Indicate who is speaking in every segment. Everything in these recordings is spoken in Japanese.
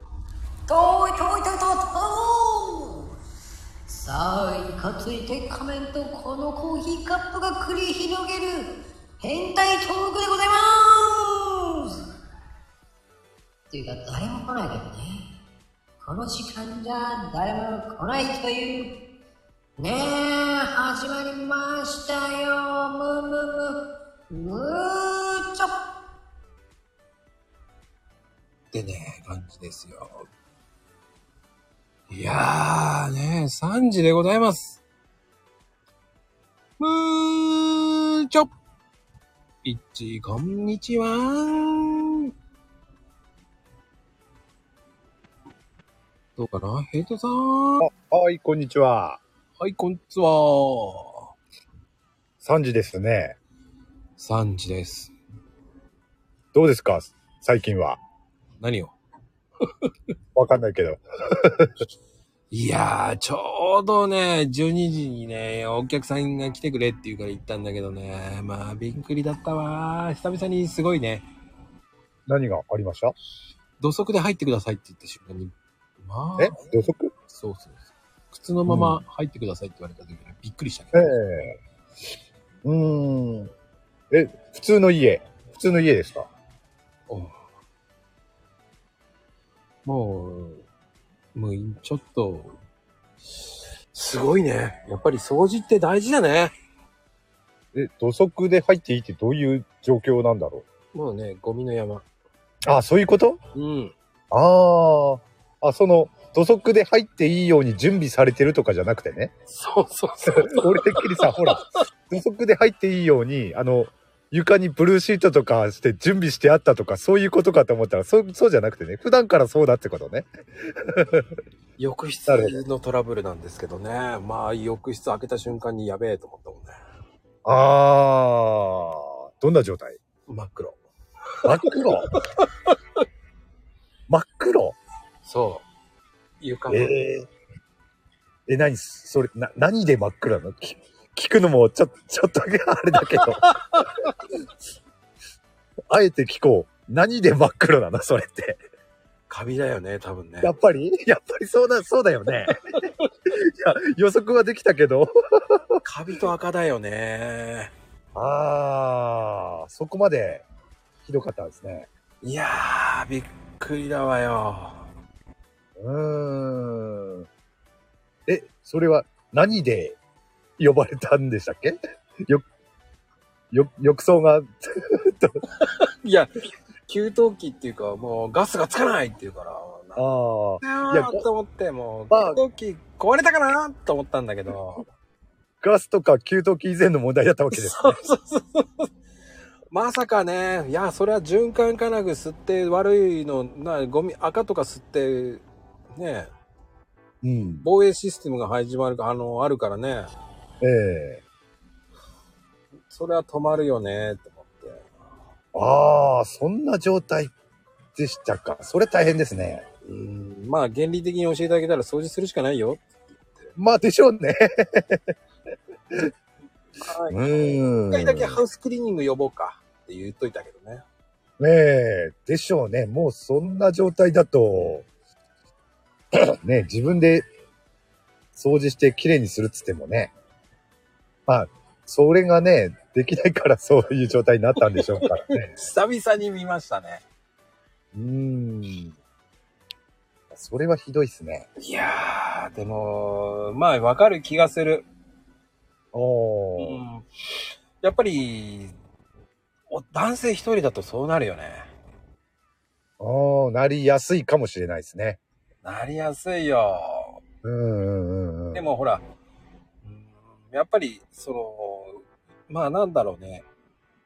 Speaker 1: 遠い遠い遠い遠いさあいかつい鉄仮面とこのコーヒーカップが繰り広げる変態トークでございますっていうか誰も来ないけどねこの時間じゃ誰も来ないというねえ、始まりましたよ。むむむ、むーちょ。
Speaker 2: ってね、感じですよ。いやーね、3時でございます。むーちょいっち、こんにちはどうかなヘイトさん。は
Speaker 3: あはい、こんにちは。
Speaker 2: い、こんにちは。
Speaker 3: 3時ですね。
Speaker 2: 3時です。
Speaker 3: どうですか最近は。
Speaker 2: 何を
Speaker 3: わかんないけど。
Speaker 2: いやー、ちょうどね、12時にね、お客さんが来てくれって言うから行ったんだけどね、まあ、びっくりだったわー。久々にすごいね、
Speaker 3: 何がありました
Speaker 2: 土足で入ってくださいって言った瞬間に、まあ、
Speaker 3: え土足
Speaker 2: そうそうそう。靴のまま入ってくださいって言われた時にびっくりしたけど、
Speaker 3: ええうーん。え、普通の家。普通の家ですか
Speaker 2: おうもう、もう、ちょっと、すごいね。やっぱり掃除って大事だね。
Speaker 3: え、土足で入っていいってどういう状況なんだろ
Speaker 2: もうね、ゴミの山。
Speaker 3: うあ、そういうこと
Speaker 2: うん。
Speaker 3: ああ。あ、その、土足で入っていいように準備されてるとかじゃなくてね。
Speaker 2: そうそうそう。
Speaker 3: 俺てっきりさ、ほら、土足で入っていいように、あの、床にブルーシートとかして準備してあったとか、そういうことかと思ったら、そう、そうじゃなくてね、普段からそうだってことね。
Speaker 2: 浴室のトラブルなんですけどね。まあ、浴室開けた瞬間にやべえと思ったもんね。
Speaker 3: あー、どんな状態
Speaker 2: 真っ黒。
Speaker 3: 真っ黒 真っ黒
Speaker 2: そう。床も
Speaker 3: えええ、何それ、な、何で真っ黒なのき聞くのも、ちょ、ちょっとあれだけど。 あえて聞こう。何で真っ黒なのそれって。
Speaker 2: カビだよね、多分ね。
Speaker 3: やっぱりやっぱりそうだ、そうだよね。いや、予測はできたけど。
Speaker 2: カビと赤だよね。
Speaker 3: ああ、そこまでひどかったですね。
Speaker 2: いやー、びっくりだわよ。
Speaker 3: うーん。え、それは何で呼ばれたんでしたっけよ、よ、浴槽が、
Speaker 2: いや、給湯器っていうか、もうガスがつかないっていうから、
Speaker 3: ああ、
Speaker 2: ない
Speaker 3: や
Speaker 2: んだと思って、も
Speaker 3: まあ
Speaker 2: う、給湯器壊れたかなと思ったんだけど。
Speaker 3: ガスとか給湯器以前の問題だったわけです
Speaker 2: そうそうそうそう。まさかね、いや、それは循環金具吸って悪いの、な、ゴミ、赤とか吸って、ね、
Speaker 3: ね。うん。
Speaker 2: 防衛システムが始まるか、あの、あるからね、
Speaker 3: ええ
Speaker 2: それは止まるよね、と思って。
Speaker 3: ああ、そんな状態でしたか。それ大変ですね。
Speaker 2: うん、まあ、原理的に教えていただけたら掃除するしかないよ。
Speaker 3: まあ、でしょうね。
Speaker 2: はい。
Speaker 3: ー
Speaker 2: 一回だけハウスクリーニング呼ぼうかって言っといたけどね。。
Speaker 3: ねえ、でしょうね。もうそんな状態だと、ねえ自分で掃除してきれいにするっつってもね。まあ、それがね、できないからそういう状態になったんでしょうから ね
Speaker 2: 久々に見ましたね。
Speaker 3: うーん。それはひどいっすね。
Speaker 2: いやー、でも、まあ、わかる気がする。
Speaker 3: おー。
Speaker 2: うんやっぱり、お男性一人だとそうなるよね。
Speaker 3: おー、なりやすいかもしれないですね。
Speaker 2: なりやすいよ。
Speaker 3: うんうんうんうん。
Speaker 2: で、もほら、うんやっぱり、その、まあなんだろうね。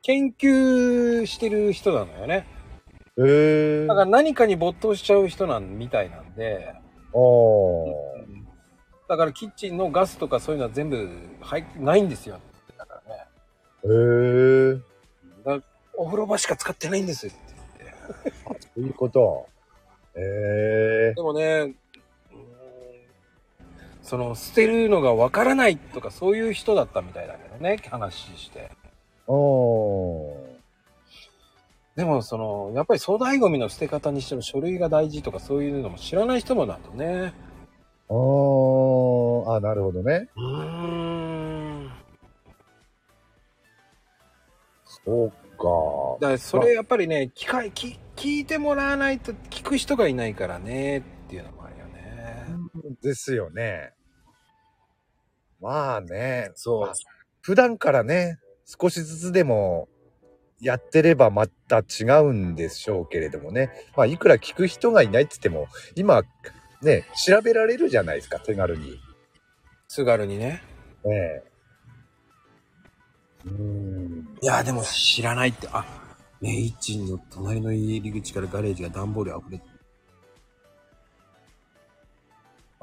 Speaker 2: 研究してる人なのよね。
Speaker 3: えー
Speaker 2: だから何かに没頭しちゃう人なんみたいなんで、
Speaker 3: おー。
Speaker 2: だからキッチンのガスとかそういうのは全部入ってないんですよ。だからね。
Speaker 3: えー。
Speaker 2: だからお風呂場しか使ってないんですよって言って。
Speaker 3: そういうこと。え
Speaker 2: でもね、うーんその捨てるのがわからないとかそういう人だったみたいだけどね、話して。
Speaker 3: ー。おー。
Speaker 2: でも、その、やっぱり粗大ゴミの捨て方にしても書類が大事とかそういうのも知らない人もなんだね。
Speaker 3: あー、あ、なるほどね。
Speaker 2: うーん。
Speaker 3: そうか。
Speaker 2: だからそれやっぱりね、機会、き聞いてもらわないと聞く人がいないからね、っていうのもあるよね。
Speaker 3: ですよね。まあね、
Speaker 2: そう。
Speaker 3: 普段からね、少しずつでもやってればまた違うんでしょうけれどもね。まあ、いくら聞く人がいないって言っても、今、ね、調べられるじゃないですか、手軽に。
Speaker 2: 津軽にね。
Speaker 3: ねえ。うーん。
Speaker 2: いや、でも知らないって、あ、ね、イッチンの隣の入り口からガレージが段ボール溢れて、
Speaker 3: ああ、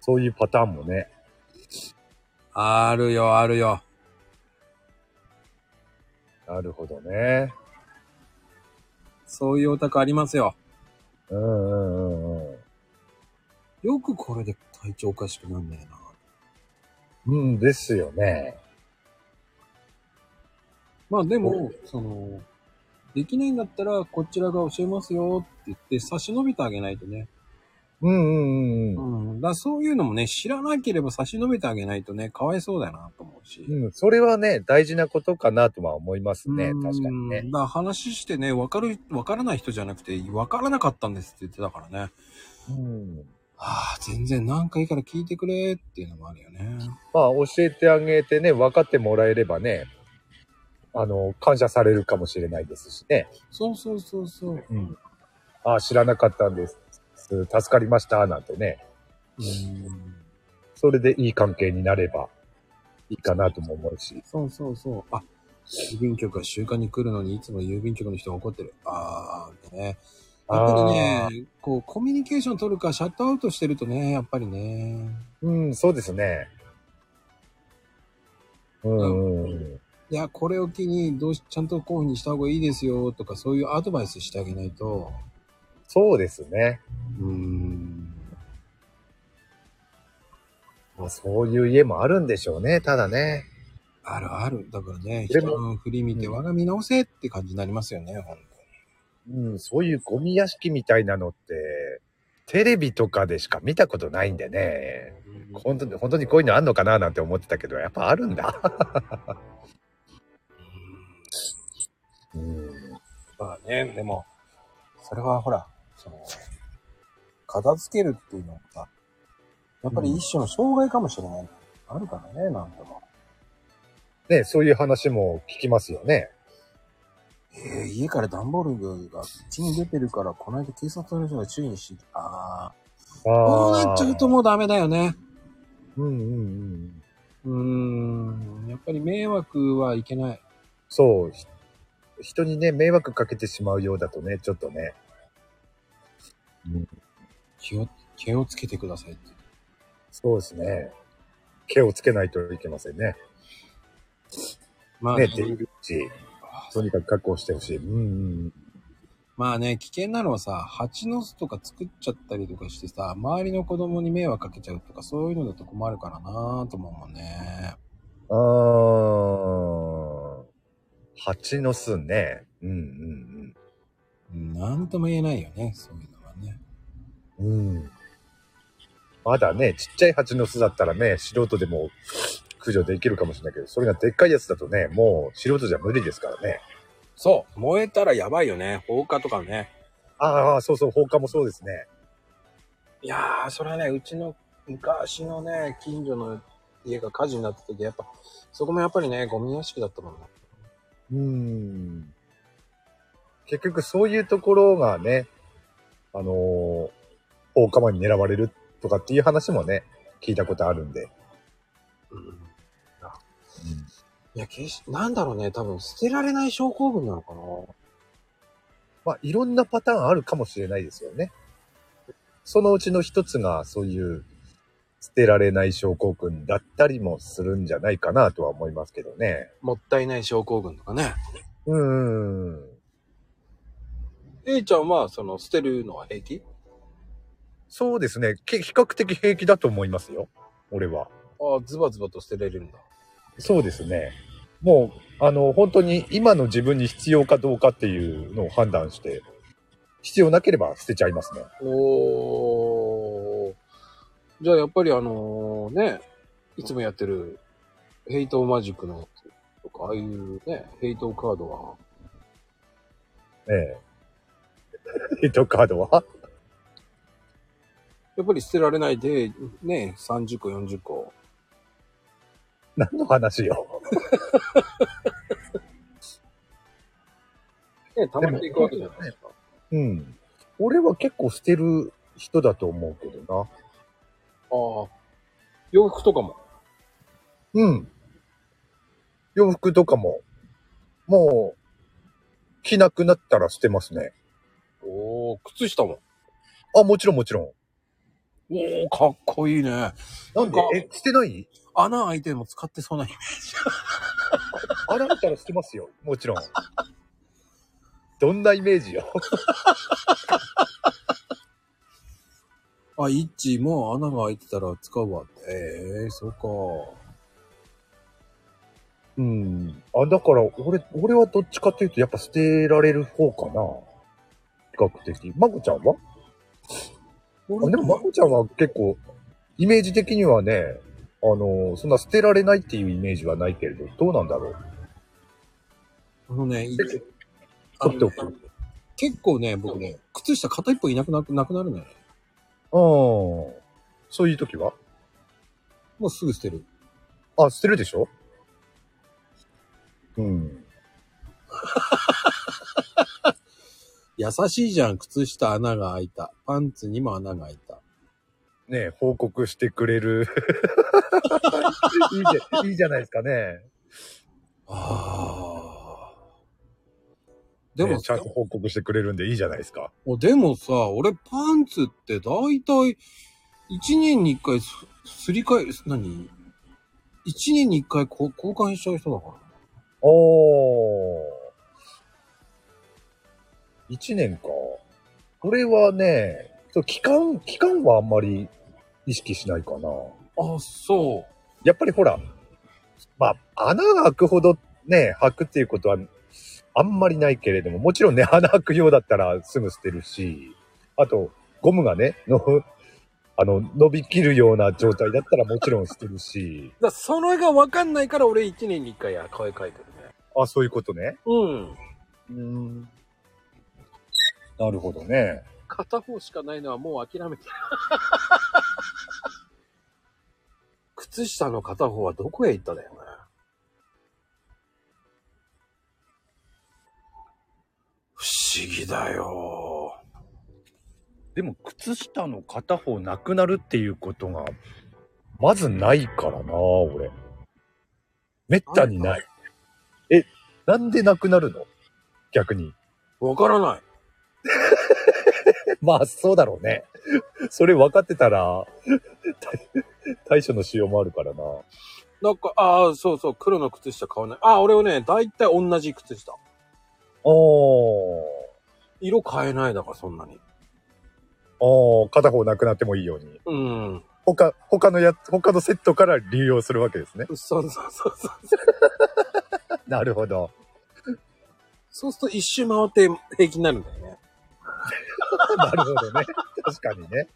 Speaker 3: そういうパターンもね。
Speaker 2: あるよ、あるよ。
Speaker 3: なるほどね。
Speaker 2: そういうオタクありますよ。
Speaker 3: うんうんうんうん。
Speaker 2: よくこれで体調おかしくなんだよな。
Speaker 3: うんですよね。
Speaker 2: まあでも、その、できないんだったら、こちらが教えますよって言って、差し伸べてあげないとね。
Speaker 3: うんうんうんうん。
Speaker 2: うん。だからそういうのもね、知らなければ差し伸べてあげないとね、かわいそうだなと思うし。
Speaker 3: うん、それはね、大事なことかなとは思いますね。
Speaker 2: うん
Speaker 3: 確かにね。
Speaker 2: だから話してね、わかる、わからない人じゃなくて、わからなかったんですって言ってたからね。
Speaker 3: うん。
Speaker 2: はあ、全然何回から聞いてくれっていうのもあるよね。
Speaker 3: まあ、教えてあげてね、分かってもらえればね、あの、感謝されるかもしれないですしね。
Speaker 2: そうそうそうそう。う
Speaker 3: うん。ああ、知らなかったんです。助かりました、なんてね。
Speaker 2: ん。
Speaker 3: それでいい関係になればいいかなとも思うし。
Speaker 2: そうそうそう。あ、郵便局が習慣に来るのに、いつも郵便局の人が怒ってる。ああ、ね。やっぱりね、こう、コミュニケーション取るか、シャットアウトしてるとね、やっぱりね。
Speaker 3: うん、そうですね。うん、うん。
Speaker 2: いや、これを機に、どうし、ちゃんとこういうふうにした方がいいですよ、とか、そういうアドバイスしてあげないと。
Speaker 3: そうですね。
Speaker 2: うーん。
Speaker 3: まあ、そういう家もあるんでしょうね、ただね。
Speaker 2: あるある。だからね、
Speaker 3: で
Speaker 2: 人
Speaker 3: も
Speaker 2: の振り見て、
Speaker 3: うん
Speaker 2: 我が見直せって感じになりますよね、ほんと
Speaker 3: うん、そういうゴミ屋敷みたいなのって、テレビとかでしか見たことないんでね。本当に、本当にこういうのあんのかななんて思ってたけど、やっぱあるんだ。 うん。
Speaker 2: まあね、でも、それはほら、その、片付けるっていうのが、やっぱり一種の障害かもしれない。あるからね、なんとも。
Speaker 3: ね、そういう話も聞きますよね。
Speaker 2: えー、家から段ボールがうちに出てるから、この間警察の人が注意にして、あ
Speaker 3: あ
Speaker 2: あ。こう
Speaker 3: あ
Speaker 2: なっちゃうともうダメだよね。
Speaker 3: う。うんうんうん。
Speaker 2: うーん、やっぱり迷惑はいけない。
Speaker 3: そう。ひ人にね、迷惑かけてしまうようだとね、ちょっとね。
Speaker 2: 気を、気をつけてくださいって。
Speaker 3: そうですね。毛をつけないといけませんね。
Speaker 2: まあ
Speaker 3: ね、
Speaker 2: ね、
Speaker 3: 出入り口、とにかく確保してほしい。うん
Speaker 2: まあね、危険なのはさ、蜂の巣とか作っちゃったりとかしてさ、周りの子供に迷惑かけちゃうとか、そういうのだと困るからなぁと思うもんね。
Speaker 3: うん。ああ。蜂の巣ね。うんうん
Speaker 2: うんなんとも言えないよね、そういうのはね。
Speaker 3: うん。うん。まだね、ちっちゃい蜂の巣だったらね、素人でも駆除できるかもしれないけど、それがでっかいやつだとね、もう素人じゃ無理ですからね。
Speaker 2: そう、燃えたらやばいよね、放火とかね。
Speaker 3: ああ、そうそう、放火もそうですね。
Speaker 2: いやー、それはね、うちの昔のね、近所の家が火事になった時、やっぱ、そこもやっぱりね、ゴミ屋敷だったもんね。
Speaker 3: うん。結局そういうところがね、あのー、放火魔に狙われるとかっていう話もね、聞いたことあるんで。
Speaker 2: うんいや、決し、なんだろうね、多分捨てられない症候群なのかな。
Speaker 3: まあ、いろんなパターンあるかもしれないですよね。そのうちの一つが、そういう、捨てられない症候群だったりもするんじゃないかなとは思いますけどね。
Speaker 2: もったいない症候群とかね。
Speaker 3: うーん。
Speaker 2: A ちゃんは、その、捨てるのは平気
Speaker 3: そうですね。け比較的平気だと思いますよ。俺は。
Speaker 2: ああ、ズバズバと捨てれるんだ。
Speaker 3: そうですね。もう、あの、本当に今の自分に必要かどうかっていうのを判断して、必要なければ捨てちゃいますね。
Speaker 2: おーじゃあやっぱりあのね、いつもやってるヘイトマジックのとか、ああいうね、ヘイトカードは、
Speaker 3: え え。ヘットカードは
Speaker 2: やっぱり捨てられないで、ね、30個、40個。
Speaker 3: 何の話よ。
Speaker 2: ね、溜まっていくわけじゃないですか。
Speaker 3: うん。俺は結構捨てる人だと思うけどな。
Speaker 2: ああ。洋服とかも。
Speaker 3: うん。洋服とかも、もう、着なくなったら捨てますね。
Speaker 2: おお靴下も。
Speaker 3: あ、もちろんもちろん。
Speaker 2: おおかっこいいね。
Speaker 3: なんで
Speaker 2: なんか
Speaker 3: え、捨てない
Speaker 2: 穴開いても使ってそうなイメージ。
Speaker 3: 洗ったら捨てますよ。もちろん。 どんなイメージよ。
Speaker 2: あ、イッチも穴が開いてたら使うわ。ええそうか。
Speaker 3: うん。あ、だから、俺、俺はどっちかっていうと、やっぱ捨てられる方かな。比較的。まこちゃんはあでも、まこちゃんは結構、イメージ的にはね、あの、そんな捨てられないっていうイメージはないけれど、どうなんだろう。
Speaker 2: あのね、い
Speaker 3: 結
Speaker 2: あ
Speaker 3: 構取
Speaker 2: の
Speaker 3: って
Speaker 2: 結構ね、僕ね、靴下片一本いなくななくなるのよね。
Speaker 3: おく。うん。そういう時は
Speaker 2: もうすぐ捨てる。
Speaker 3: あ、捨てるでしょうん。
Speaker 2: 優しいじゃん、靴下穴が開いた。パンツにも穴が開いた。
Speaker 3: ねえ報告してく れる。いいじゃ、いいじゃないですかね。
Speaker 2: ああ。で
Speaker 3: ね
Speaker 2: も
Speaker 3: えちゃんと報告してくれるんでいいじゃないですか。
Speaker 2: おでもさ、俺パンツって大体、一年に一回すすり替え、す何一年に一回こ交換しちゃう人だから。
Speaker 3: おー。一年か。これはね、そう期間、期間はあんまり意識しないかな。
Speaker 2: あ、そ
Speaker 3: やっぱりほら、まあ、穴が開くほどね、開くっていうことはあんまりないけれども、もちろんね、 穴開くようだったらすぐ捨てるし、あと、ゴムがね、の、あの、伸びきるような状態だったらもちろん捨てるし、
Speaker 2: う。だそれがわかんないから俺一年に一回や買い替えてるね。
Speaker 3: あ、そういうことね。
Speaker 2: うん。
Speaker 3: うん。なるほどね。
Speaker 2: 片方しかないのはもう諦めてる。靴下の片方はどこへ行っただよね。不思議だよ。
Speaker 3: でも靴下の片方なくなるっていうことが、まずないからな、俺。めったにない。え、なんでなくなるの逆に。
Speaker 2: わからない。
Speaker 3: まあ、そうだろうね。それ分かってたら、 対対処のしようもあるからな。
Speaker 2: なんか、ああ、そうそう、黒の靴下買わない。ああ、俺はね、だいたい同じ靴下。
Speaker 3: おー。
Speaker 2: 色変えないだから、そんなに。
Speaker 3: おー、片方なくなってもいいように。
Speaker 2: うん。
Speaker 3: 他、他のや、他のセットから利用するわけですね。
Speaker 2: そうそうそうそう。
Speaker 3: なるほど。
Speaker 2: そうすると一周回って平気になるんだよね。
Speaker 3: なるほどね。 確かにね。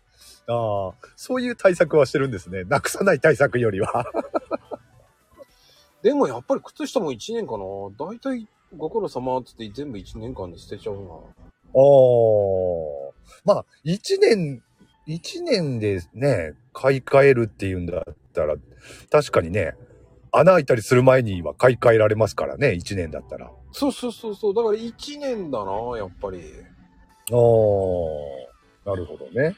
Speaker 3: ああ、そういう対策はしてるんですね。なくさない対策よりは。
Speaker 2: でもやっぱり靴下も1年かな。だいたいご苦労様っつって全部1年間で捨てちゃうな。
Speaker 3: おー。まあ、一年、一年でね、買い替えるっていうんだったら、確かにね、穴開いたりする前には買い替えられますからね、一年だったら。
Speaker 2: そうそうそうそう。だから1年だな、やっぱり。
Speaker 3: おー。なるほどね。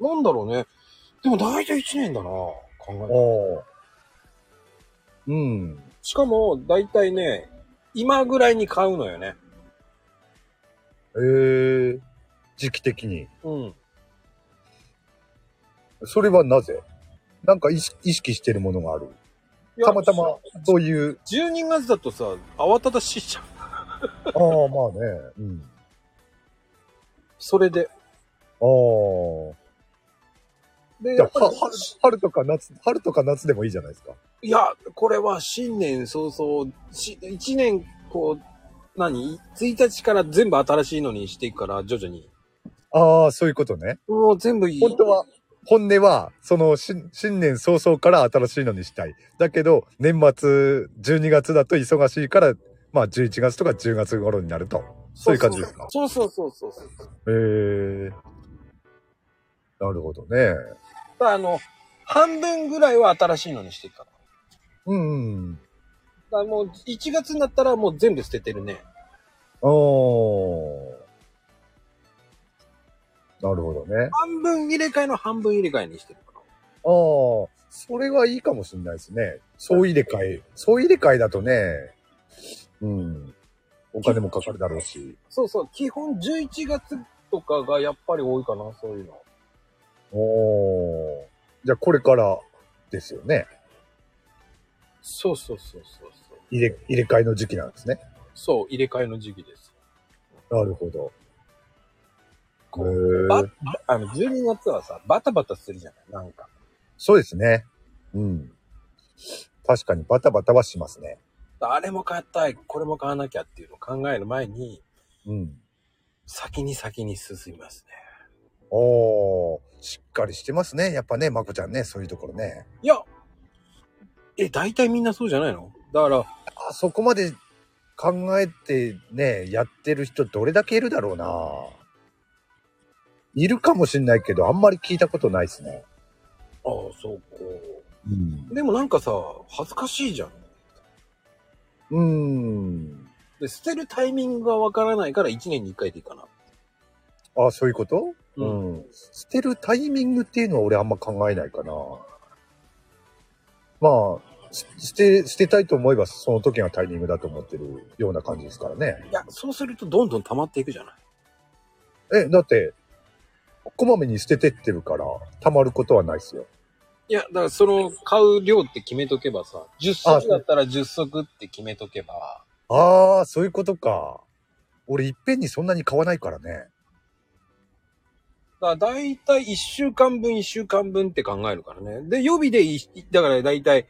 Speaker 2: なんだろうね。でもだいたい1年だな。考えて
Speaker 3: おー。うん。
Speaker 2: しかも、だいたいね、今ぐらいに買うのよね。
Speaker 3: えー、時期的に。
Speaker 2: うん。
Speaker 3: それはなぜなんか意識意識してるものがある。
Speaker 2: いや
Speaker 3: たまたま。、そういう
Speaker 2: 12月だとさ、慌ただしいじゃん。
Speaker 3: ああ、まあね。うん。
Speaker 2: それで。
Speaker 3: ああ。
Speaker 2: で、
Speaker 3: じ
Speaker 2: や
Speaker 3: ゃ
Speaker 2: っ
Speaker 3: あ
Speaker 2: ぱ
Speaker 3: は
Speaker 2: り、
Speaker 3: 春春とか夏、春とか夏でもいいじゃないですか。
Speaker 2: いや、これは新年早々、し一年、こう、何 ?1 日から全部新しいのにしていくから、徐々に。
Speaker 3: ああ、そういうことね。
Speaker 2: もう全部いい。
Speaker 3: 本当は、本音は、その新、新年早々から新しいのにしたい。だけど、年末、12月だと忙しいから、まあ、11月とか10月頃になると。そういう感じですか
Speaker 2: そうそうそうそうそう。
Speaker 3: へえなるほどね。
Speaker 2: ただあの、半分ぐらいは新しいのにしていくから。
Speaker 3: うん。
Speaker 2: だからもう1月になったらもう全部捨ててるね。
Speaker 3: おー。なるほどね。
Speaker 2: 半分入れ替えの半分入れ替えにしてるから。
Speaker 3: ああ、それはいいかもしれないですね。総入れ替え。総入れ替えだとね、うん。お金もかかるだろうし。
Speaker 2: そうそう、基本11月とかがやっぱり多いかな、そういうの。
Speaker 3: おお。じゃあこれからですよね。
Speaker 2: そうそうそうそうそう。
Speaker 3: 入れ、入れ替えの時期なんですね。
Speaker 2: そう、入れ替えの時期です。
Speaker 3: なるほど。
Speaker 2: こ
Speaker 3: へ
Speaker 2: う
Speaker 3: ー
Speaker 2: ばあの、12月はさ、バタバタするじゃないなんか。
Speaker 3: そうですね。うん。確かにバタバタはしますね。
Speaker 2: あれも買ったい、これも買わなきゃっていうのを考える前に、
Speaker 3: うん。
Speaker 2: 先に先に進みますね。
Speaker 3: おお、しっかりしてますね。やっぱね、まこちゃんね、そういうところね。
Speaker 2: いや、え、大体みんなそうじゃないのだから、
Speaker 3: あそこまで考えてね、やってる人どれだけいるだろうな。いるかもしんないけど、あんまり聞いたことないですね。
Speaker 2: ああ、そうか。
Speaker 3: うん。
Speaker 2: でもなんかさ、恥ずかしいじゃん。
Speaker 3: うーん。
Speaker 2: で、捨てるタイミングがわからないから1年に1回でいいかな。
Speaker 3: あ、そういうこと
Speaker 2: うん。
Speaker 3: うん。捨てるタイミングっていうのは俺あんま考えないかな。まあ、す捨て、捨てたいと思えばその時がタイミングだと思ってるような感じですからね。
Speaker 2: いや、そうするとどんどん溜まっていくじゃない。
Speaker 3: え、だって、こまめに捨ててってるから、溜まることはないですよ。
Speaker 2: いや、だからその買う量って決めとけばさ、10
Speaker 3: あ
Speaker 2: 足
Speaker 3: そう
Speaker 2: だったら10足って決めとけば、
Speaker 3: ああ、そういうことか。俺いっぺんにそんなに買わないからね。
Speaker 2: だから大体1週間分1週間分って考えるからね。で、予備でい、だから大体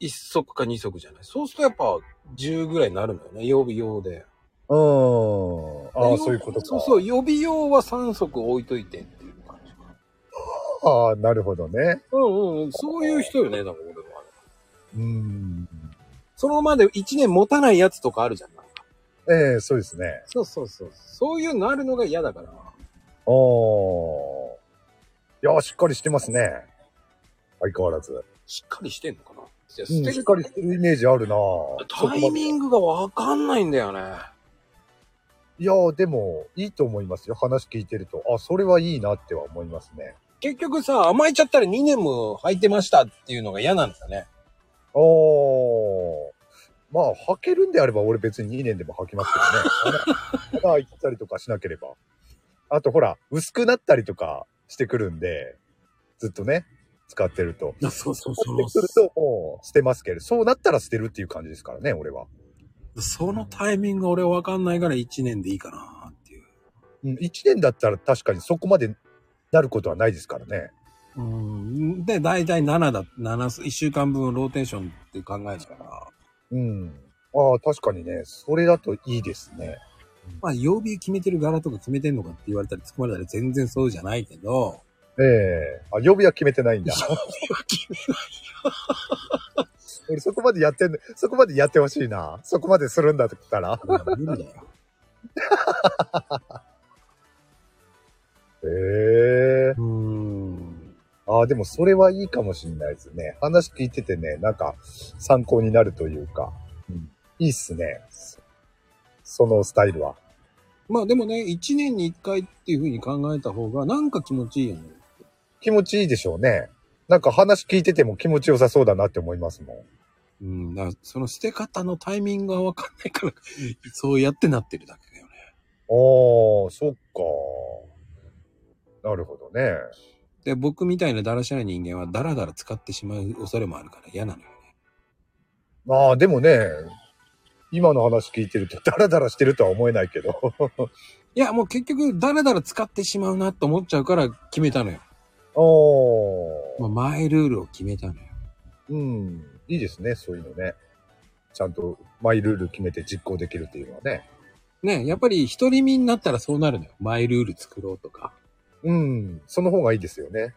Speaker 2: 1足か2足じゃない。そうするとやっぱ10ぐらいになるのよね、予備用で。
Speaker 3: うーん。ああ、
Speaker 2: で
Speaker 3: そういうことか。
Speaker 2: そうそう、予備用は3足置いといてっていう感じかな。
Speaker 3: ああ、なるほどね。
Speaker 2: うんうん、そういう人よね、だから俺は。
Speaker 3: うーん。
Speaker 2: そのままで1年持たないやつとかあるじゃん。なんか
Speaker 3: ええそうですね。
Speaker 2: そうそうそう。そういうのあるのが嫌だから。
Speaker 3: ああ。いやー、しっかりしてますね。相変わらず。
Speaker 2: しっかりしてんのかなじゃあ
Speaker 3: う
Speaker 2: 捨
Speaker 3: ん
Speaker 2: て
Speaker 3: しっ
Speaker 2: る
Speaker 3: かりしてるイメージあるな
Speaker 2: タイミン
Speaker 3: グ
Speaker 2: グがわかんないんだよね。
Speaker 3: いやー、でも、いいと思いますよ。話聞いてると。あ、それはいいなっては思いますね。
Speaker 2: 結局さ、甘えちゃったら2年も履いてましたっていうのが嫌なんだよね。
Speaker 3: あー。まあ、履けるんであれば俺別に2年でも履きますけどね。 穴穴開いてたりとかしなければ。あとほら、薄くなったりとかしてくるんで、ずっとね、使ってると。
Speaker 2: そうそう
Speaker 3: そうするともう捨てますけど、そうなったら捨てるっていう感じですからね、俺は。
Speaker 2: そのタイミング俺わかんないから1年でいいかなっていう。
Speaker 3: うん、1年だったら確かにそこまでなることはないですからね。
Speaker 2: うん。で、だいたい7だ、七1週間分をローテーションって考えるから、
Speaker 3: うん。ああ、確かにね、それだといいですね。
Speaker 2: まあ、曜日決めてる柄とか決めてんのかって言われたり突っ込まれたら全然そうじゃないけど、
Speaker 3: ええあ、予備は決めてないんだ。俺そこまでやってん、そこまでやってほしいな。そこまでするんだったら。
Speaker 2: いや無理だよ。
Speaker 3: ええ
Speaker 2: うん。
Speaker 3: ああ、でもそれはいいかもしれないですね。話聞いててね、なんか参考になるというか。うん、いいっすね。そそのスタイルは。
Speaker 2: まあでもね、1年に1回っていうふうに考えた方が、なんか気持ちいいよね。
Speaker 3: 気持ちいいでしょうね。なんか話聞いてても気持ちよさそうだなって思いますもん。
Speaker 2: うん、だからその捨て方のタイミングがわかんないから、 そうやってなってるだけだよね。
Speaker 3: ああ、そっか。なるほどね。
Speaker 2: で、僕みたいなだらしない人間は、だらだら使ってしまう恐れもあるから嫌なのよね。
Speaker 3: まあでもね、今の話聞いてるとダラダラしてるとは思えないけど。
Speaker 2: いや、もう結局、だらだら使ってしまうなと思っちゃうから決めたのよ。
Speaker 3: おー。
Speaker 2: まあ、前ルールを決めたのよ。
Speaker 3: うん。いいですね、そういうのね。ちゃんとマイルール決めて実行できるっていうのはね。
Speaker 2: ね、やっぱり一人身になったらそうなるのよ。マイルール作ろうとか。
Speaker 3: うん。その方がいいですよね。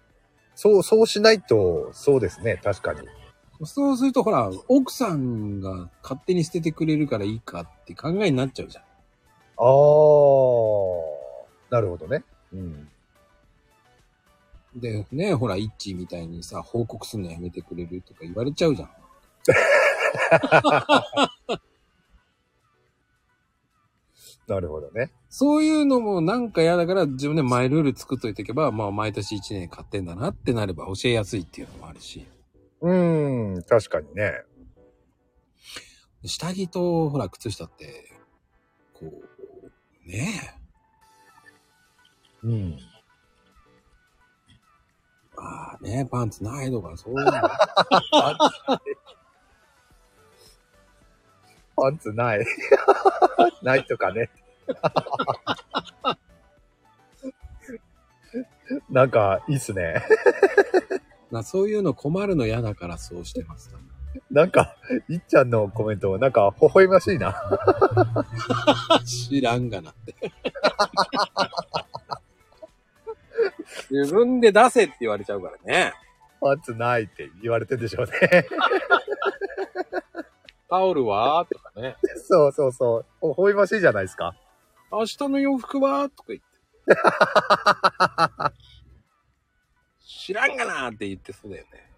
Speaker 3: そう、そうしないと、そうですね、確かに。
Speaker 2: そうするとほら、奥さんが勝手に捨ててくれるからいいかって考えになっちゃうじゃん。
Speaker 3: あー。なるほどね。うん。
Speaker 2: で、ね、ほら、イッチーみたいにさ、報告するのやめてくれるとか言われちゃうじゃん。
Speaker 3: なるほどね。
Speaker 2: そういうのもなんか嫌だから自分でマイルール作っといていけば、まあ毎年1年買ってんだなってなれば教えやすいっていうのもあるし。
Speaker 3: うん、確かにね。
Speaker 2: 下着とほら靴下って、こう、ねえ、
Speaker 3: うん。
Speaker 2: ああね、パンツないとかそういうの。
Speaker 3: パンツない。 ないとかね。 なんか、いいっすね。
Speaker 2: なそういうの困るの嫌だからそうしてます。
Speaker 3: なんか、いっちゃんのコメント、なんか、微笑ましいな。
Speaker 2: 知らんがなって。 自分で出せって言われちゃうからね。
Speaker 3: パンツないって言われてるでしょうね。
Speaker 2: タオルはとかね。
Speaker 3: そうそうそう。微笑ましいじゃないですか。
Speaker 2: 明日の洋服はとか言って。知らんがなって言ってそうだよね。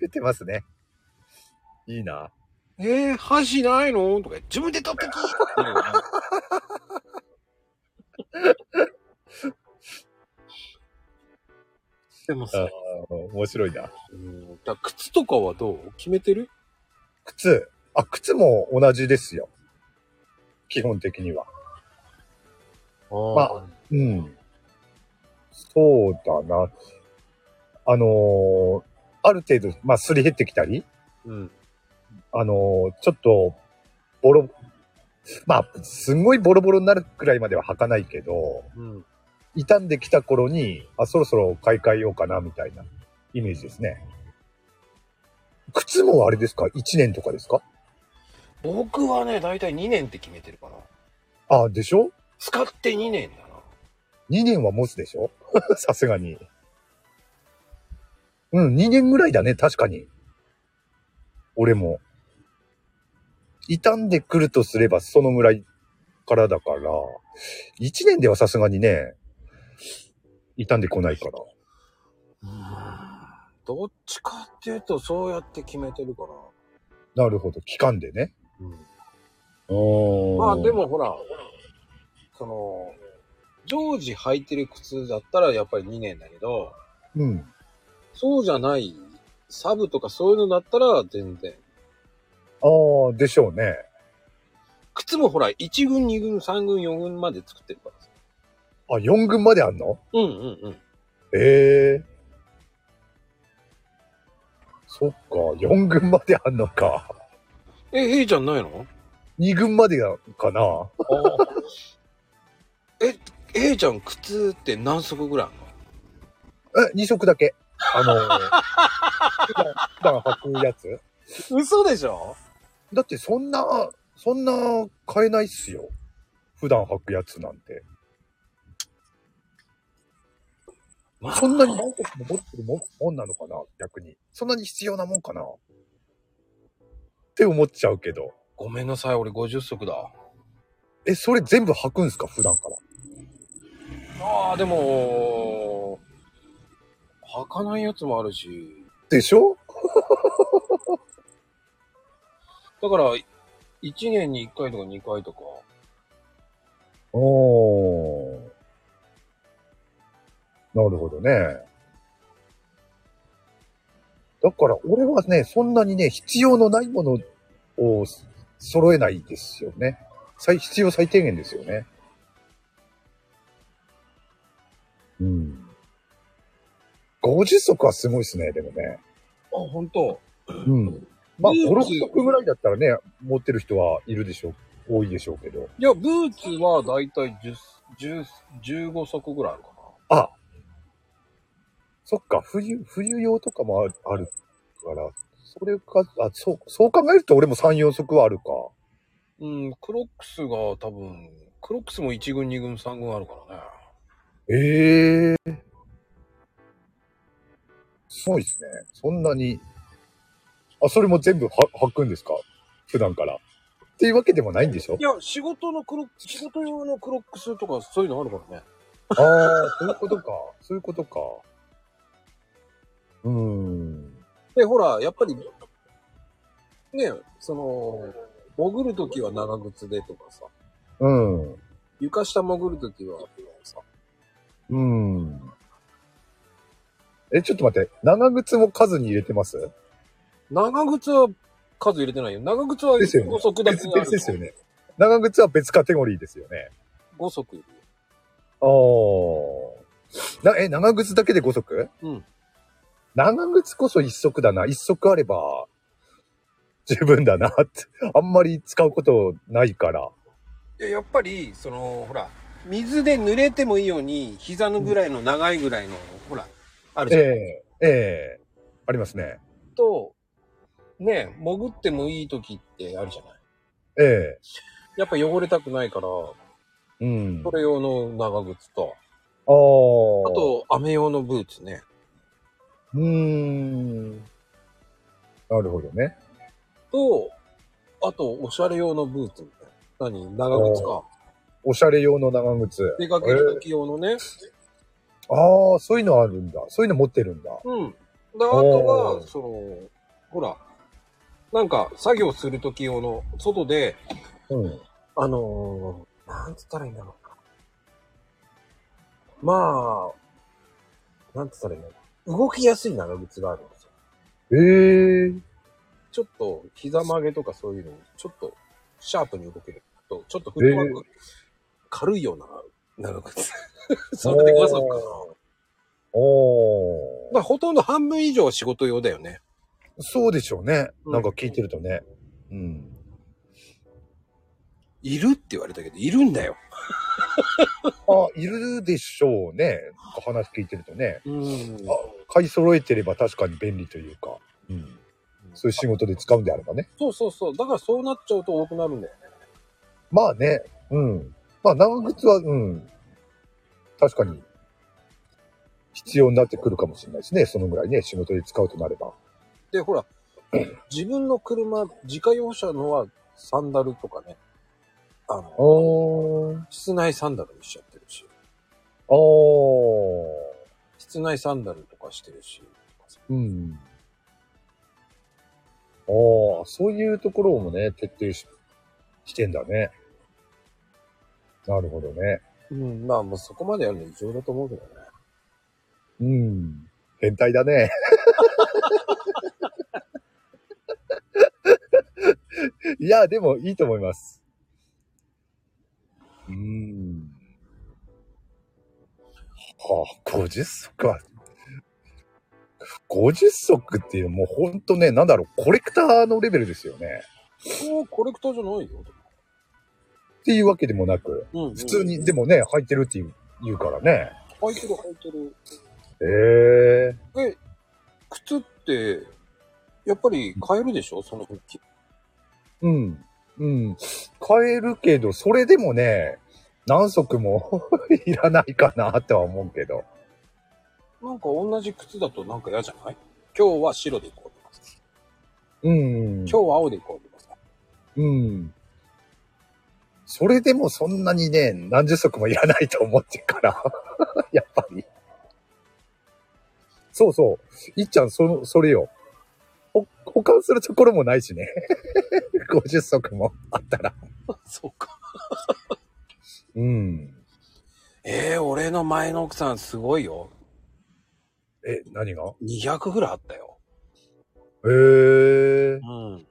Speaker 3: 言ってますね。いいな。
Speaker 2: えー、箸ないのとか、自分で取ってきってなるよね でも
Speaker 3: あ
Speaker 2: さ、
Speaker 3: ー面白いな。
Speaker 2: うんだ靴とかはどう決めてる
Speaker 3: 靴。あ、靴も同じですよ。基本的には。
Speaker 2: あ
Speaker 3: うん。そうだな。あのーある程度、まあ、すり減ってきたり、
Speaker 2: うん。
Speaker 3: あのーちょっと、ボロ、まあ、すんごいボロボロになるくらいまでは履かないけど、
Speaker 2: うん。
Speaker 3: 傷んできた頃に、あ、そろそろ買い替えようかな、みたいなイメージですね。靴もあれですか ?1 年とかですか
Speaker 2: 僕はね、だいたい2年って決めてるかな。
Speaker 3: あ、でしょ
Speaker 2: 使って2年だな。
Speaker 3: ?2 年は持つでしょ さすがに。うん、2年ぐらいだね、確かに。俺も。傷んでくるとすれば、そのぐらいからだから、1年ではさすがにね、傷んでこないから。
Speaker 2: どっちかっていうと、そうやって決めてるから。
Speaker 3: なるほど、期間でね。
Speaker 2: まあでもほら、その、常時履いてる靴だったらやっぱり2年だけど、
Speaker 3: うん。
Speaker 2: そうじゃない、サブとかそういうのだったら全然。
Speaker 3: ああ、でしょうね。
Speaker 2: 靴もほら、1軍、2軍、3軍、4軍まで作ってるからさ。
Speaker 3: あ、4軍まであんの
Speaker 2: うんうんうん。
Speaker 3: ええそっか、4軍まであんのか。
Speaker 2: え、へいちゃんないの
Speaker 3: 2軍までかな。
Speaker 2: え、へいちゃん靴って何足ぐらいあんの
Speaker 3: え、2足だけ。あのー、普段普段履くやつ
Speaker 2: 嘘でしょ
Speaker 3: だってそんな、そんな買えないっすよ。普段履くやつなんて。
Speaker 2: ま
Speaker 3: そんなに何個も持ってるももんなのかな逆に。そんなに必要なもんかなって思っちゃうけど。
Speaker 2: ごめんなさい、俺50足だ。
Speaker 3: え、それ全部履くんすか普段から。
Speaker 2: ああ、でも、履かないやつもあるし、
Speaker 3: でしょ
Speaker 2: だから、1年に1回とか2回とか。
Speaker 3: おー。なるほどね。だから俺はね、そんなにね、必要のないものを揃えないですよね。最必要最低限ですよね。うん。50足はすごいですね、でもね。
Speaker 2: あ、本当。
Speaker 3: うん。まあ、
Speaker 2: うん
Speaker 3: 5、6足ぐらいだったらね、持ってる人はいるでしょう、多いでしょうけど。
Speaker 2: いや、ブーツはだいたい10、10 15足ぐらいあるか
Speaker 3: あそっか、冬、冬用とかもあるあるから、それか、あ、そう、そう考えると俺も3、4足はあるか。
Speaker 2: うん、クロックスが多分、クロックスも1軍、2軍、3軍あるからね。
Speaker 3: ええすごいですね。そんなに。あ、それも全部は履くんですか普段から。っていうわけでもないんでしょ
Speaker 2: いや、仕事のクロックス、仕事用のクロックスとかそういうのあるからね。
Speaker 3: ああ、そういうことか。そういうことか。うーん。
Speaker 2: で、ほら、やっぱり、ね、その、潜るときは長靴でとかさ、
Speaker 3: うん。
Speaker 2: 床下潜るときはさ、
Speaker 3: うん。え、ちょっと待って。長靴も数に入れてます
Speaker 2: 長靴は数入れてないよ。長靴は
Speaker 3: ですよね
Speaker 2: 5足だけ
Speaker 3: 別
Speaker 2: ある
Speaker 3: 別ですよね。長靴は別カテゴリーですよね。
Speaker 2: 5足いるよ。
Speaker 3: ああ。な、え、長靴だけで5足
Speaker 2: うん。
Speaker 3: 長靴こそ1足だな。1足あれば、十分だなって。あんまり使うことないから。
Speaker 2: いややっぱり、その、ほら、水で濡れてもいいように、膝のぐらいの長いぐらいの、ほら、あるじ
Speaker 3: え
Speaker 2: ゃん。
Speaker 3: えええありますね。
Speaker 2: と、ね、潜ってもいいときってあるじゃない。
Speaker 3: え
Speaker 2: やっぱ汚れたくないから、
Speaker 3: えうん。
Speaker 2: それ用の長靴と、あ
Speaker 3: ああ。、
Speaker 2: と、雨用のブーツね。
Speaker 3: うーん。なるほどね。
Speaker 2: と、あと、おしゃれ用のブーツみたいな。何長靴か。
Speaker 3: おしゃれ用の長靴。
Speaker 2: 出かけるとき用のね。
Speaker 3: ええああ、そういうのあるんだ。そういうの持ってるんだ。
Speaker 2: うん。で、あと
Speaker 3: お
Speaker 2: は、
Speaker 3: ー
Speaker 2: その、ほら、なんか、作業するとき用の、外で、
Speaker 3: うん。
Speaker 2: あのー、なんつったらいいんだろうな。まあ、なんつったらいいんだろう。動きやすい長靴があるんですよ。
Speaker 3: ええ
Speaker 2: ちょっと、膝曲げとかそういうのに、ちょっと、シャープに動けると、ちょっとフットワーク、軽いような長 靴。それで5足かな。だか
Speaker 3: お
Speaker 2: らほとんど半分以上は仕事用だよね。
Speaker 3: そうでしょうね。
Speaker 2: うん
Speaker 3: なんか聞いてるとね。うん。
Speaker 2: いるって言われたけど、いるんだよ。
Speaker 3: あ、いるでしょうね。話聞いてるとね。
Speaker 2: うん
Speaker 3: あ買い揃えてれば確かに便利というか。うん。そういう仕事で使うんであればね。
Speaker 2: そうそうそう。だからそうなっちゃうと多くなるんだよね。
Speaker 3: まあね。うん。まあ長靴は、うん。確かに。必要になってくるかもしれないですね。そのぐらいね。仕事で使うとなれば。
Speaker 2: で、 ほら、自分の車、自家用車のはサンダルとかね、あの、
Speaker 3: おー。
Speaker 2: 室内サンダルにしちゃってるし、
Speaker 3: おー。
Speaker 2: 室内サンダルとかしてるし、
Speaker 3: うん。ああ、そういうところもね、徹底ししてんだね。なるほどね。
Speaker 2: うん、まあもうそこまでやるの異常だと思うけどね。
Speaker 3: うん。変態だね。いや、でもいいと思います。うん。はあ、50足か。50足っていうもうほんとね、なんだろう、コレクターのレベルですよね。
Speaker 2: もうコレクターじゃないよ。
Speaker 3: っていうわけでもなく、
Speaker 2: うん、うん
Speaker 3: 普通。に、でもね、履いてるっていう言うからね。
Speaker 2: 履いてる履いてる。
Speaker 3: ええ
Speaker 2: え、靴って、やっぱり買えるでしょその時。
Speaker 3: うん。うん。買えるけど、それでもね、何足も いらないかなっては思うけど。
Speaker 2: なんか同じ靴だとなんか嫌じゃない今日は白で行こうとかさ。
Speaker 3: うん。
Speaker 2: 今日は青で行こうとかさ。
Speaker 3: うん。それでもそんなにね、何十足もいらないと思ってるから。 やっぱり。そうそう。いっちゃん、その、それよ。ほ、保管するところもないしね。50足もあったら。
Speaker 2: そうか。
Speaker 3: うん。
Speaker 2: えー、俺の前の奥さんすごいよ。
Speaker 3: え、何が
Speaker 2: 200ぐらいあったよ。
Speaker 3: えー
Speaker 2: う、ん。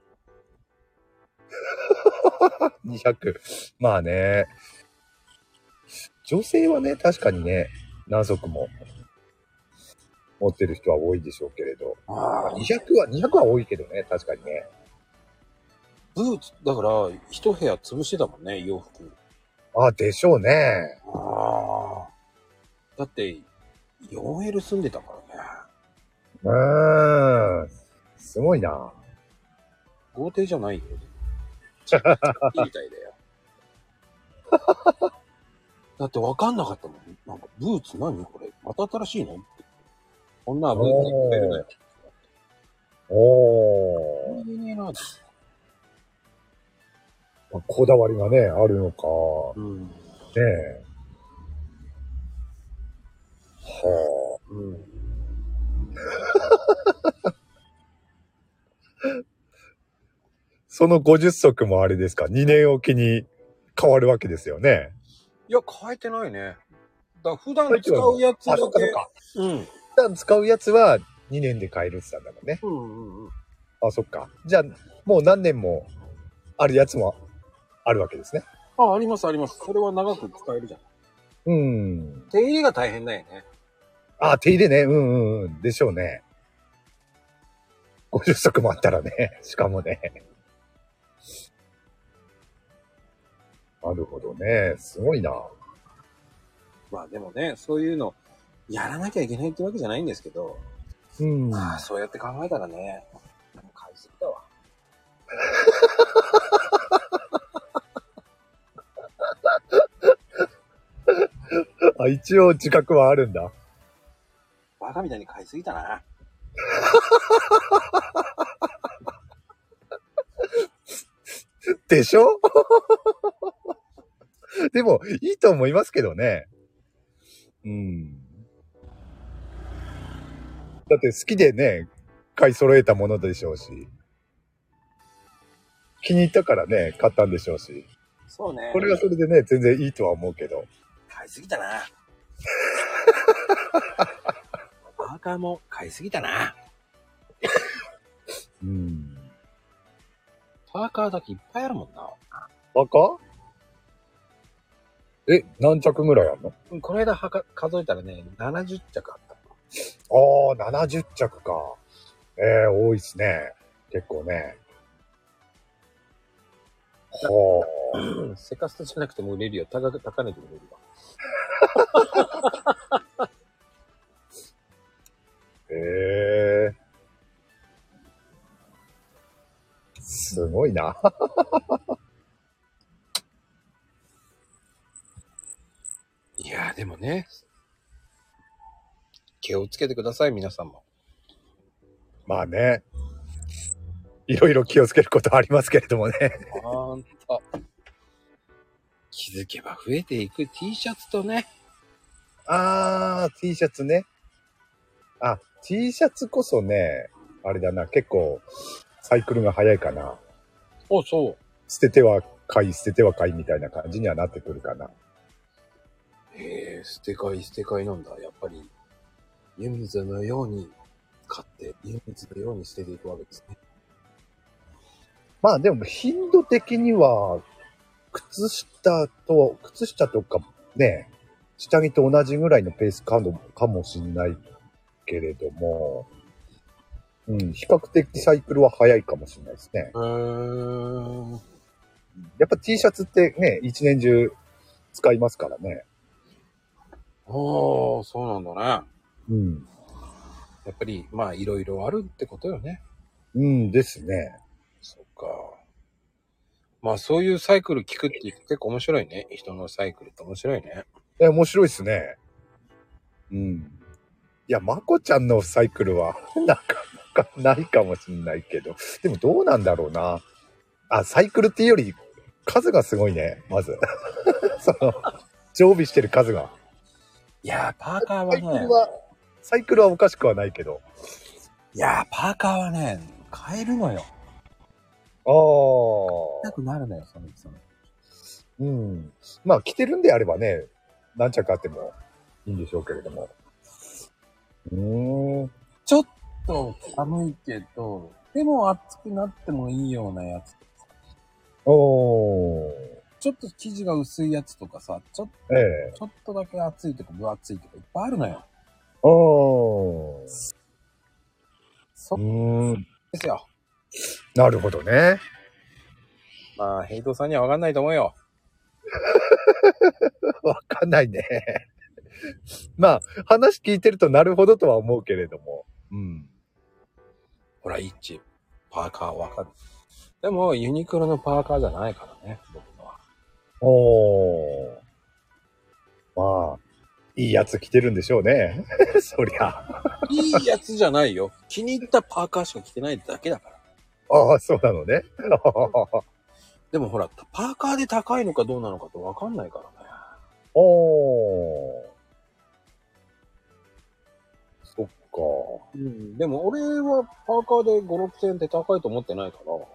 Speaker 3: 200。まあね。女性はね、確かにね、何足も持ってる人は多いでしょうけれど。
Speaker 2: ああ、
Speaker 3: 200は、200は多いけどね、確かにね。
Speaker 2: ブーツ、だから、一部屋潰してたもんね、洋服。
Speaker 3: あ、でしょうね。
Speaker 2: ああ。だって、4L 住んでたからね。
Speaker 3: うーん。すごいな。
Speaker 2: 豪邸じゃないよ。いいみたいだよ。 だって分かんなかったもん。なんか、ブーツ何これまた新しいのって。こんなブーツいっぱいいるのよ。
Speaker 3: おー。
Speaker 2: 何でねえなって
Speaker 3: まあこだわりがね、あるのか。
Speaker 2: うん。
Speaker 3: ねえ。は
Speaker 2: うん。
Speaker 3: あ。その50足もあれですか、2年おきに変わるわけですよね。
Speaker 2: いや、変えてないね。だから普段使うやつだ
Speaker 3: あ、そっかそっ
Speaker 2: け。
Speaker 3: か。
Speaker 2: うん。
Speaker 3: 普段使うやつは2年で買えるって言ったんだもんね。
Speaker 2: うんうんうん。
Speaker 3: あ、そっか。じゃあ、もう何年もあるやつもあるわけですね。
Speaker 2: あ、ありますあります。それは長く使えるじゃん。
Speaker 3: うん。
Speaker 2: 手入れが大変だよね。
Speaker 3: あ、手入れね。うんうんうん。でしょうね。50足もあったらね。しかもね。なるほどね。すごいな。
Speaker 2: まあでもね、そういうの、やらなきゃいけないってわけじゃないんですけど、
Speaker 3: うん。
Speaker 2: まあそうやって考えたらね、なんか買いすぎだわ。
Speaker 3: あ、一応自覚はあるんだ。
Speaker 2: バカみたいに買いすぎたな。
Speaker 3: でしょ でも、いいと思いますけどね。うん。だって好きでね、買い揃えたものでしょうし。気に入ったからね、買ったんでしょうし。
Speaker 2: そうね。
Speaker 3: これはそれでね、全然いいとは思うけど。
Speaker 2: 買いすぎ たな。パーカーも買いすぎたな。
Speaker 3: うん。
Speaker 2: パーカーだけいっぱいあるもんな。
Speaker 3: バカえ、何着ぐらいあるの
Speaker 2: うんこの間はか数えたらね、70着あった。
Speaker 3: ああ、70着か。ええ多いっすね。結構ね。はあ。
Speaker 2: うんセカストじゃなくても売れるよ。高く、高値で売れるわ。
Speaker 3: へえ。すごいな。
Speaker 2: いやーでもね、気をつけてください、皆さんも。
Speaker 3: まあね。いろいろ気をつけることありますけれどもね。
Speaker 2: ほんと。気づけば増えていく T シャツとね。
Speaker 3: あー、T シャツね。あ、T シャツこそね、あれだな、結構、サイクルが早いかな。
Speaker 2: お、そう。
Speaker 3: 捨てては買い、捨てては買いみたいな感じにはなってくるかな。
Speaker 2: へえ、捨て替え捨て替えなんだ。やっぱり、湯水のように買って、湯水のように捨てていくわけですね。
Speaker 3: まあでも頻度的には、靴下と、靴下とかね、下着と同じぐらいのペース感度かもしんないけれども、うん、比較的サイクルは早いかもしれないですね。
Speaker 2: うーん。
Speaker 3: やっぱ T シャツってね、一年中使いますからね。
Speaker 2: おー、そうなんだね。
Speaker 3: うん。
Speaker 2: やっぱり、まあ、いろいろあるってことよね。
Speaker 3: うんですね。
Speaker 2: そっか。まあ、そういうサイクル聞くって結構面白いね。人のサイクルって面白いね。
Speaker 3: え、面白いですね。うん。いや、まこちゃんのサイクルは、 なかなかないかもしんないけど。でもどうなんだろうな。あ、サイクルっていうより、数がすごいね、まず。 その、常備してる数が。
Speaker 2: いやー、パーカー
Speaker 3: サ
Speaker 2: は
Speaker 3: イク
Speaker 2: ね
Speaker 3: ル、は、サイクルはおかしくはないけど。
Speaker 2: いやー、パーカーはね、買えるのよ。
Speaker 3: あ
Speaker 2: な
Speaker 3: あ。
Speaker 2: くなるのよ、そのその。
Speaker 3: うん。まあ、着てるんであればね、何着あってもいいんでしょうけれども。うーん。
Speaker 2: ちょっと寒いけど、でも暑くなってもいいようなやつ。
Speaker 3: おー。
Speaker 2: ちょっと生地が薄いやつとかさ、ちょ
Speaker 3: ええ
Speaker 2: ちょっとだけ厚いとか分厚いとかいっぱいあるのよ。
Speaker 3: おー。
Speaker 2: そうう
Speaker 3: ーん。
Speaker 2: ですよ。
Speaker 3: なるほどね。
Speaker 2: まあ、ヘイトさんには分かんないと思うよ。
Speaker 3: わかんないね。 まあ、話聞いてるとなるほどとは思うけれども。うん。
Speaker 2: ほら、イッチ、パーカーわかる。でも、ユニクロのパーカーじゃないからね、僕のは。
Speaker 3: おー。まあ、いいやつ着てるんでしょうね。 そりゃ。
Speaker 2: いいやつじゃないよ。気に入ったパーカーしか着てないだけだから。
Speaker 3: ああ、そうなのね。
Speaker 2: でもほら、パーカーで高いのかどうなのかってわかんないからね。
Speaker 3: おー。そっか。
Speaker 2: うん。でも俺はパーカーで5、6千円って高いと思ってないから。
Speaker 3: う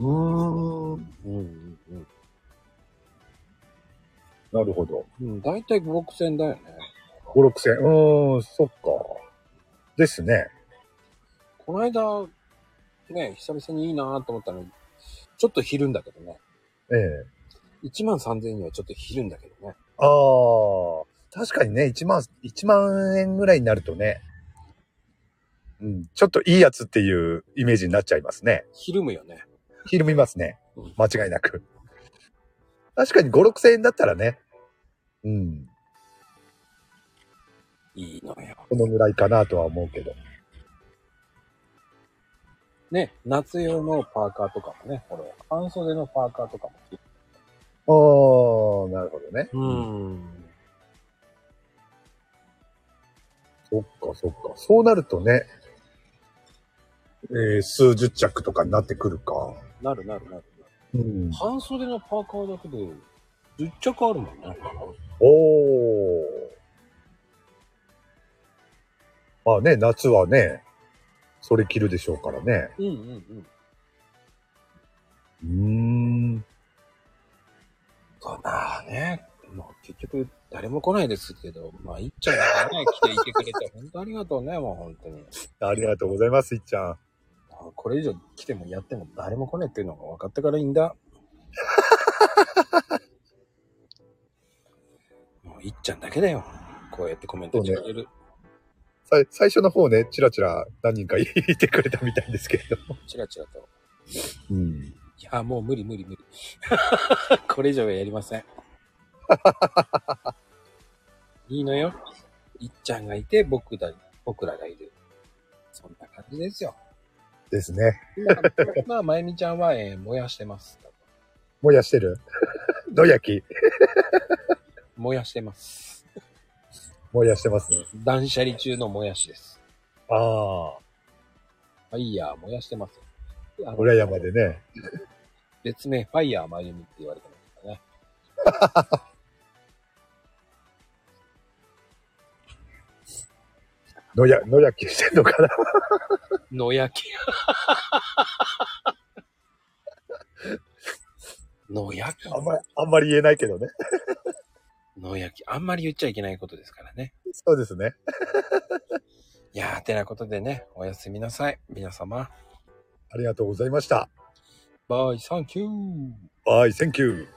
Speaker 3: ーん。
Speaker 2: うんうんうん。
Speaker 3: なるほど。
Speaker 2: うん、だいたい5、6千円だよね。
Speaker 3: 5、6千。うーん、そっか。ですね。
Speaker 2: この間、ね、久々にいいなと思ったのに、ちょっとひるんだけどね。
Speaker 3: ええ
Speaker 2: 1万3000円にはちょっとひるんだけどね。
Speaker 3: ああ、確かにね、1万、1万円ぐらいになるとね、うん、ちょっといいやつっていうイメージになっちゃいますね。
Speaker 2: ひるむよね。
Speaker 3: ひるみますね
Speaker 2: うん。
Speaker 3: 間違いなく。確かに5、6千円だったらね、うん、
Speaker 2: いいのよ。
Speaker 3: このぐらいかなとは思うけど。
Speaker 2: ね、夏用のパーカーとかもね、これ、半袖のパーカーとかも着て
Speaker 3: ああ、なるほどね。
Speaker 2: うん。
Speaker 3: そっかそっか。そうなるとね、えー数十着とかになってくるか。
Speaker 2: なるなるなる。
Speaker 3: うん。
Speaker 2: 半袖のパーカーだけで、10着あるもんね。
Speaker 3: おー。まあね、夏はね、それ着るでしょうからね。
Speaker 2: うんうんうん。
Speaker 3: うーん。
Speaker 2: かなあね。まあ結局、誰も来ないですけど、まあ、いっちゃんがね、来ていてくれて、本当ありがとうね、もう本当に。
Speaker 3: ありがとうございます、いっちゃん。
Speaker 2: あこれ以上来てもやっても誰も来ねえっていうのが分かったからいいんだ。もういっちゃんだけだよ。こうやってコメントしてくれる。
Speaker 3: さい最初の方ね、チラチラ何人か言ってくれたみ たいですけれど。
Speaker 2: チラチラと。
Speaker 3: うん。
Speaker 2: いや、もう無理無理無理。 これ以上はやりません。いいのよ。いっちゃんがいて、僕だ、僕らがいる。そんな感じですよ。
Speaker 3: ですね。
Speaker 2: まあ、まゆみちゃんは、えー燃やしてます。
Speaker 3: もやしてる。 どやき、
Speaker 2: 燃やしてます。
Speaker 3: もやしてますね。
Speaker 2: 断捨離中の燃やしです。
Speaker 3: あ
Speaker 2: ファイヤー燃やしてますよ。あ
Speaker 3: あ、
Speaker 2: の
Speaker 3: 裏山でね。
Speaker 2: 別名、ファイヤーまゆみって言われてますからね。
Speaker 3: のや、のやきしてんのかな
Speaker 2: 野焼き。 野焼き
Speaker 3: あんまり、あんまり言えないけどね。
Speaker 2: 野焼き。あんまり言っちゃいけないことですからね。
Speaker 3: そうですね。
Speaker 2: いやー、てなことでね、おやすみなさい。皆様。
Speaker 3: ありがとうございました。
Speaker 2: バイ、サンキュー。
Speaker 3: バイ、センキュー。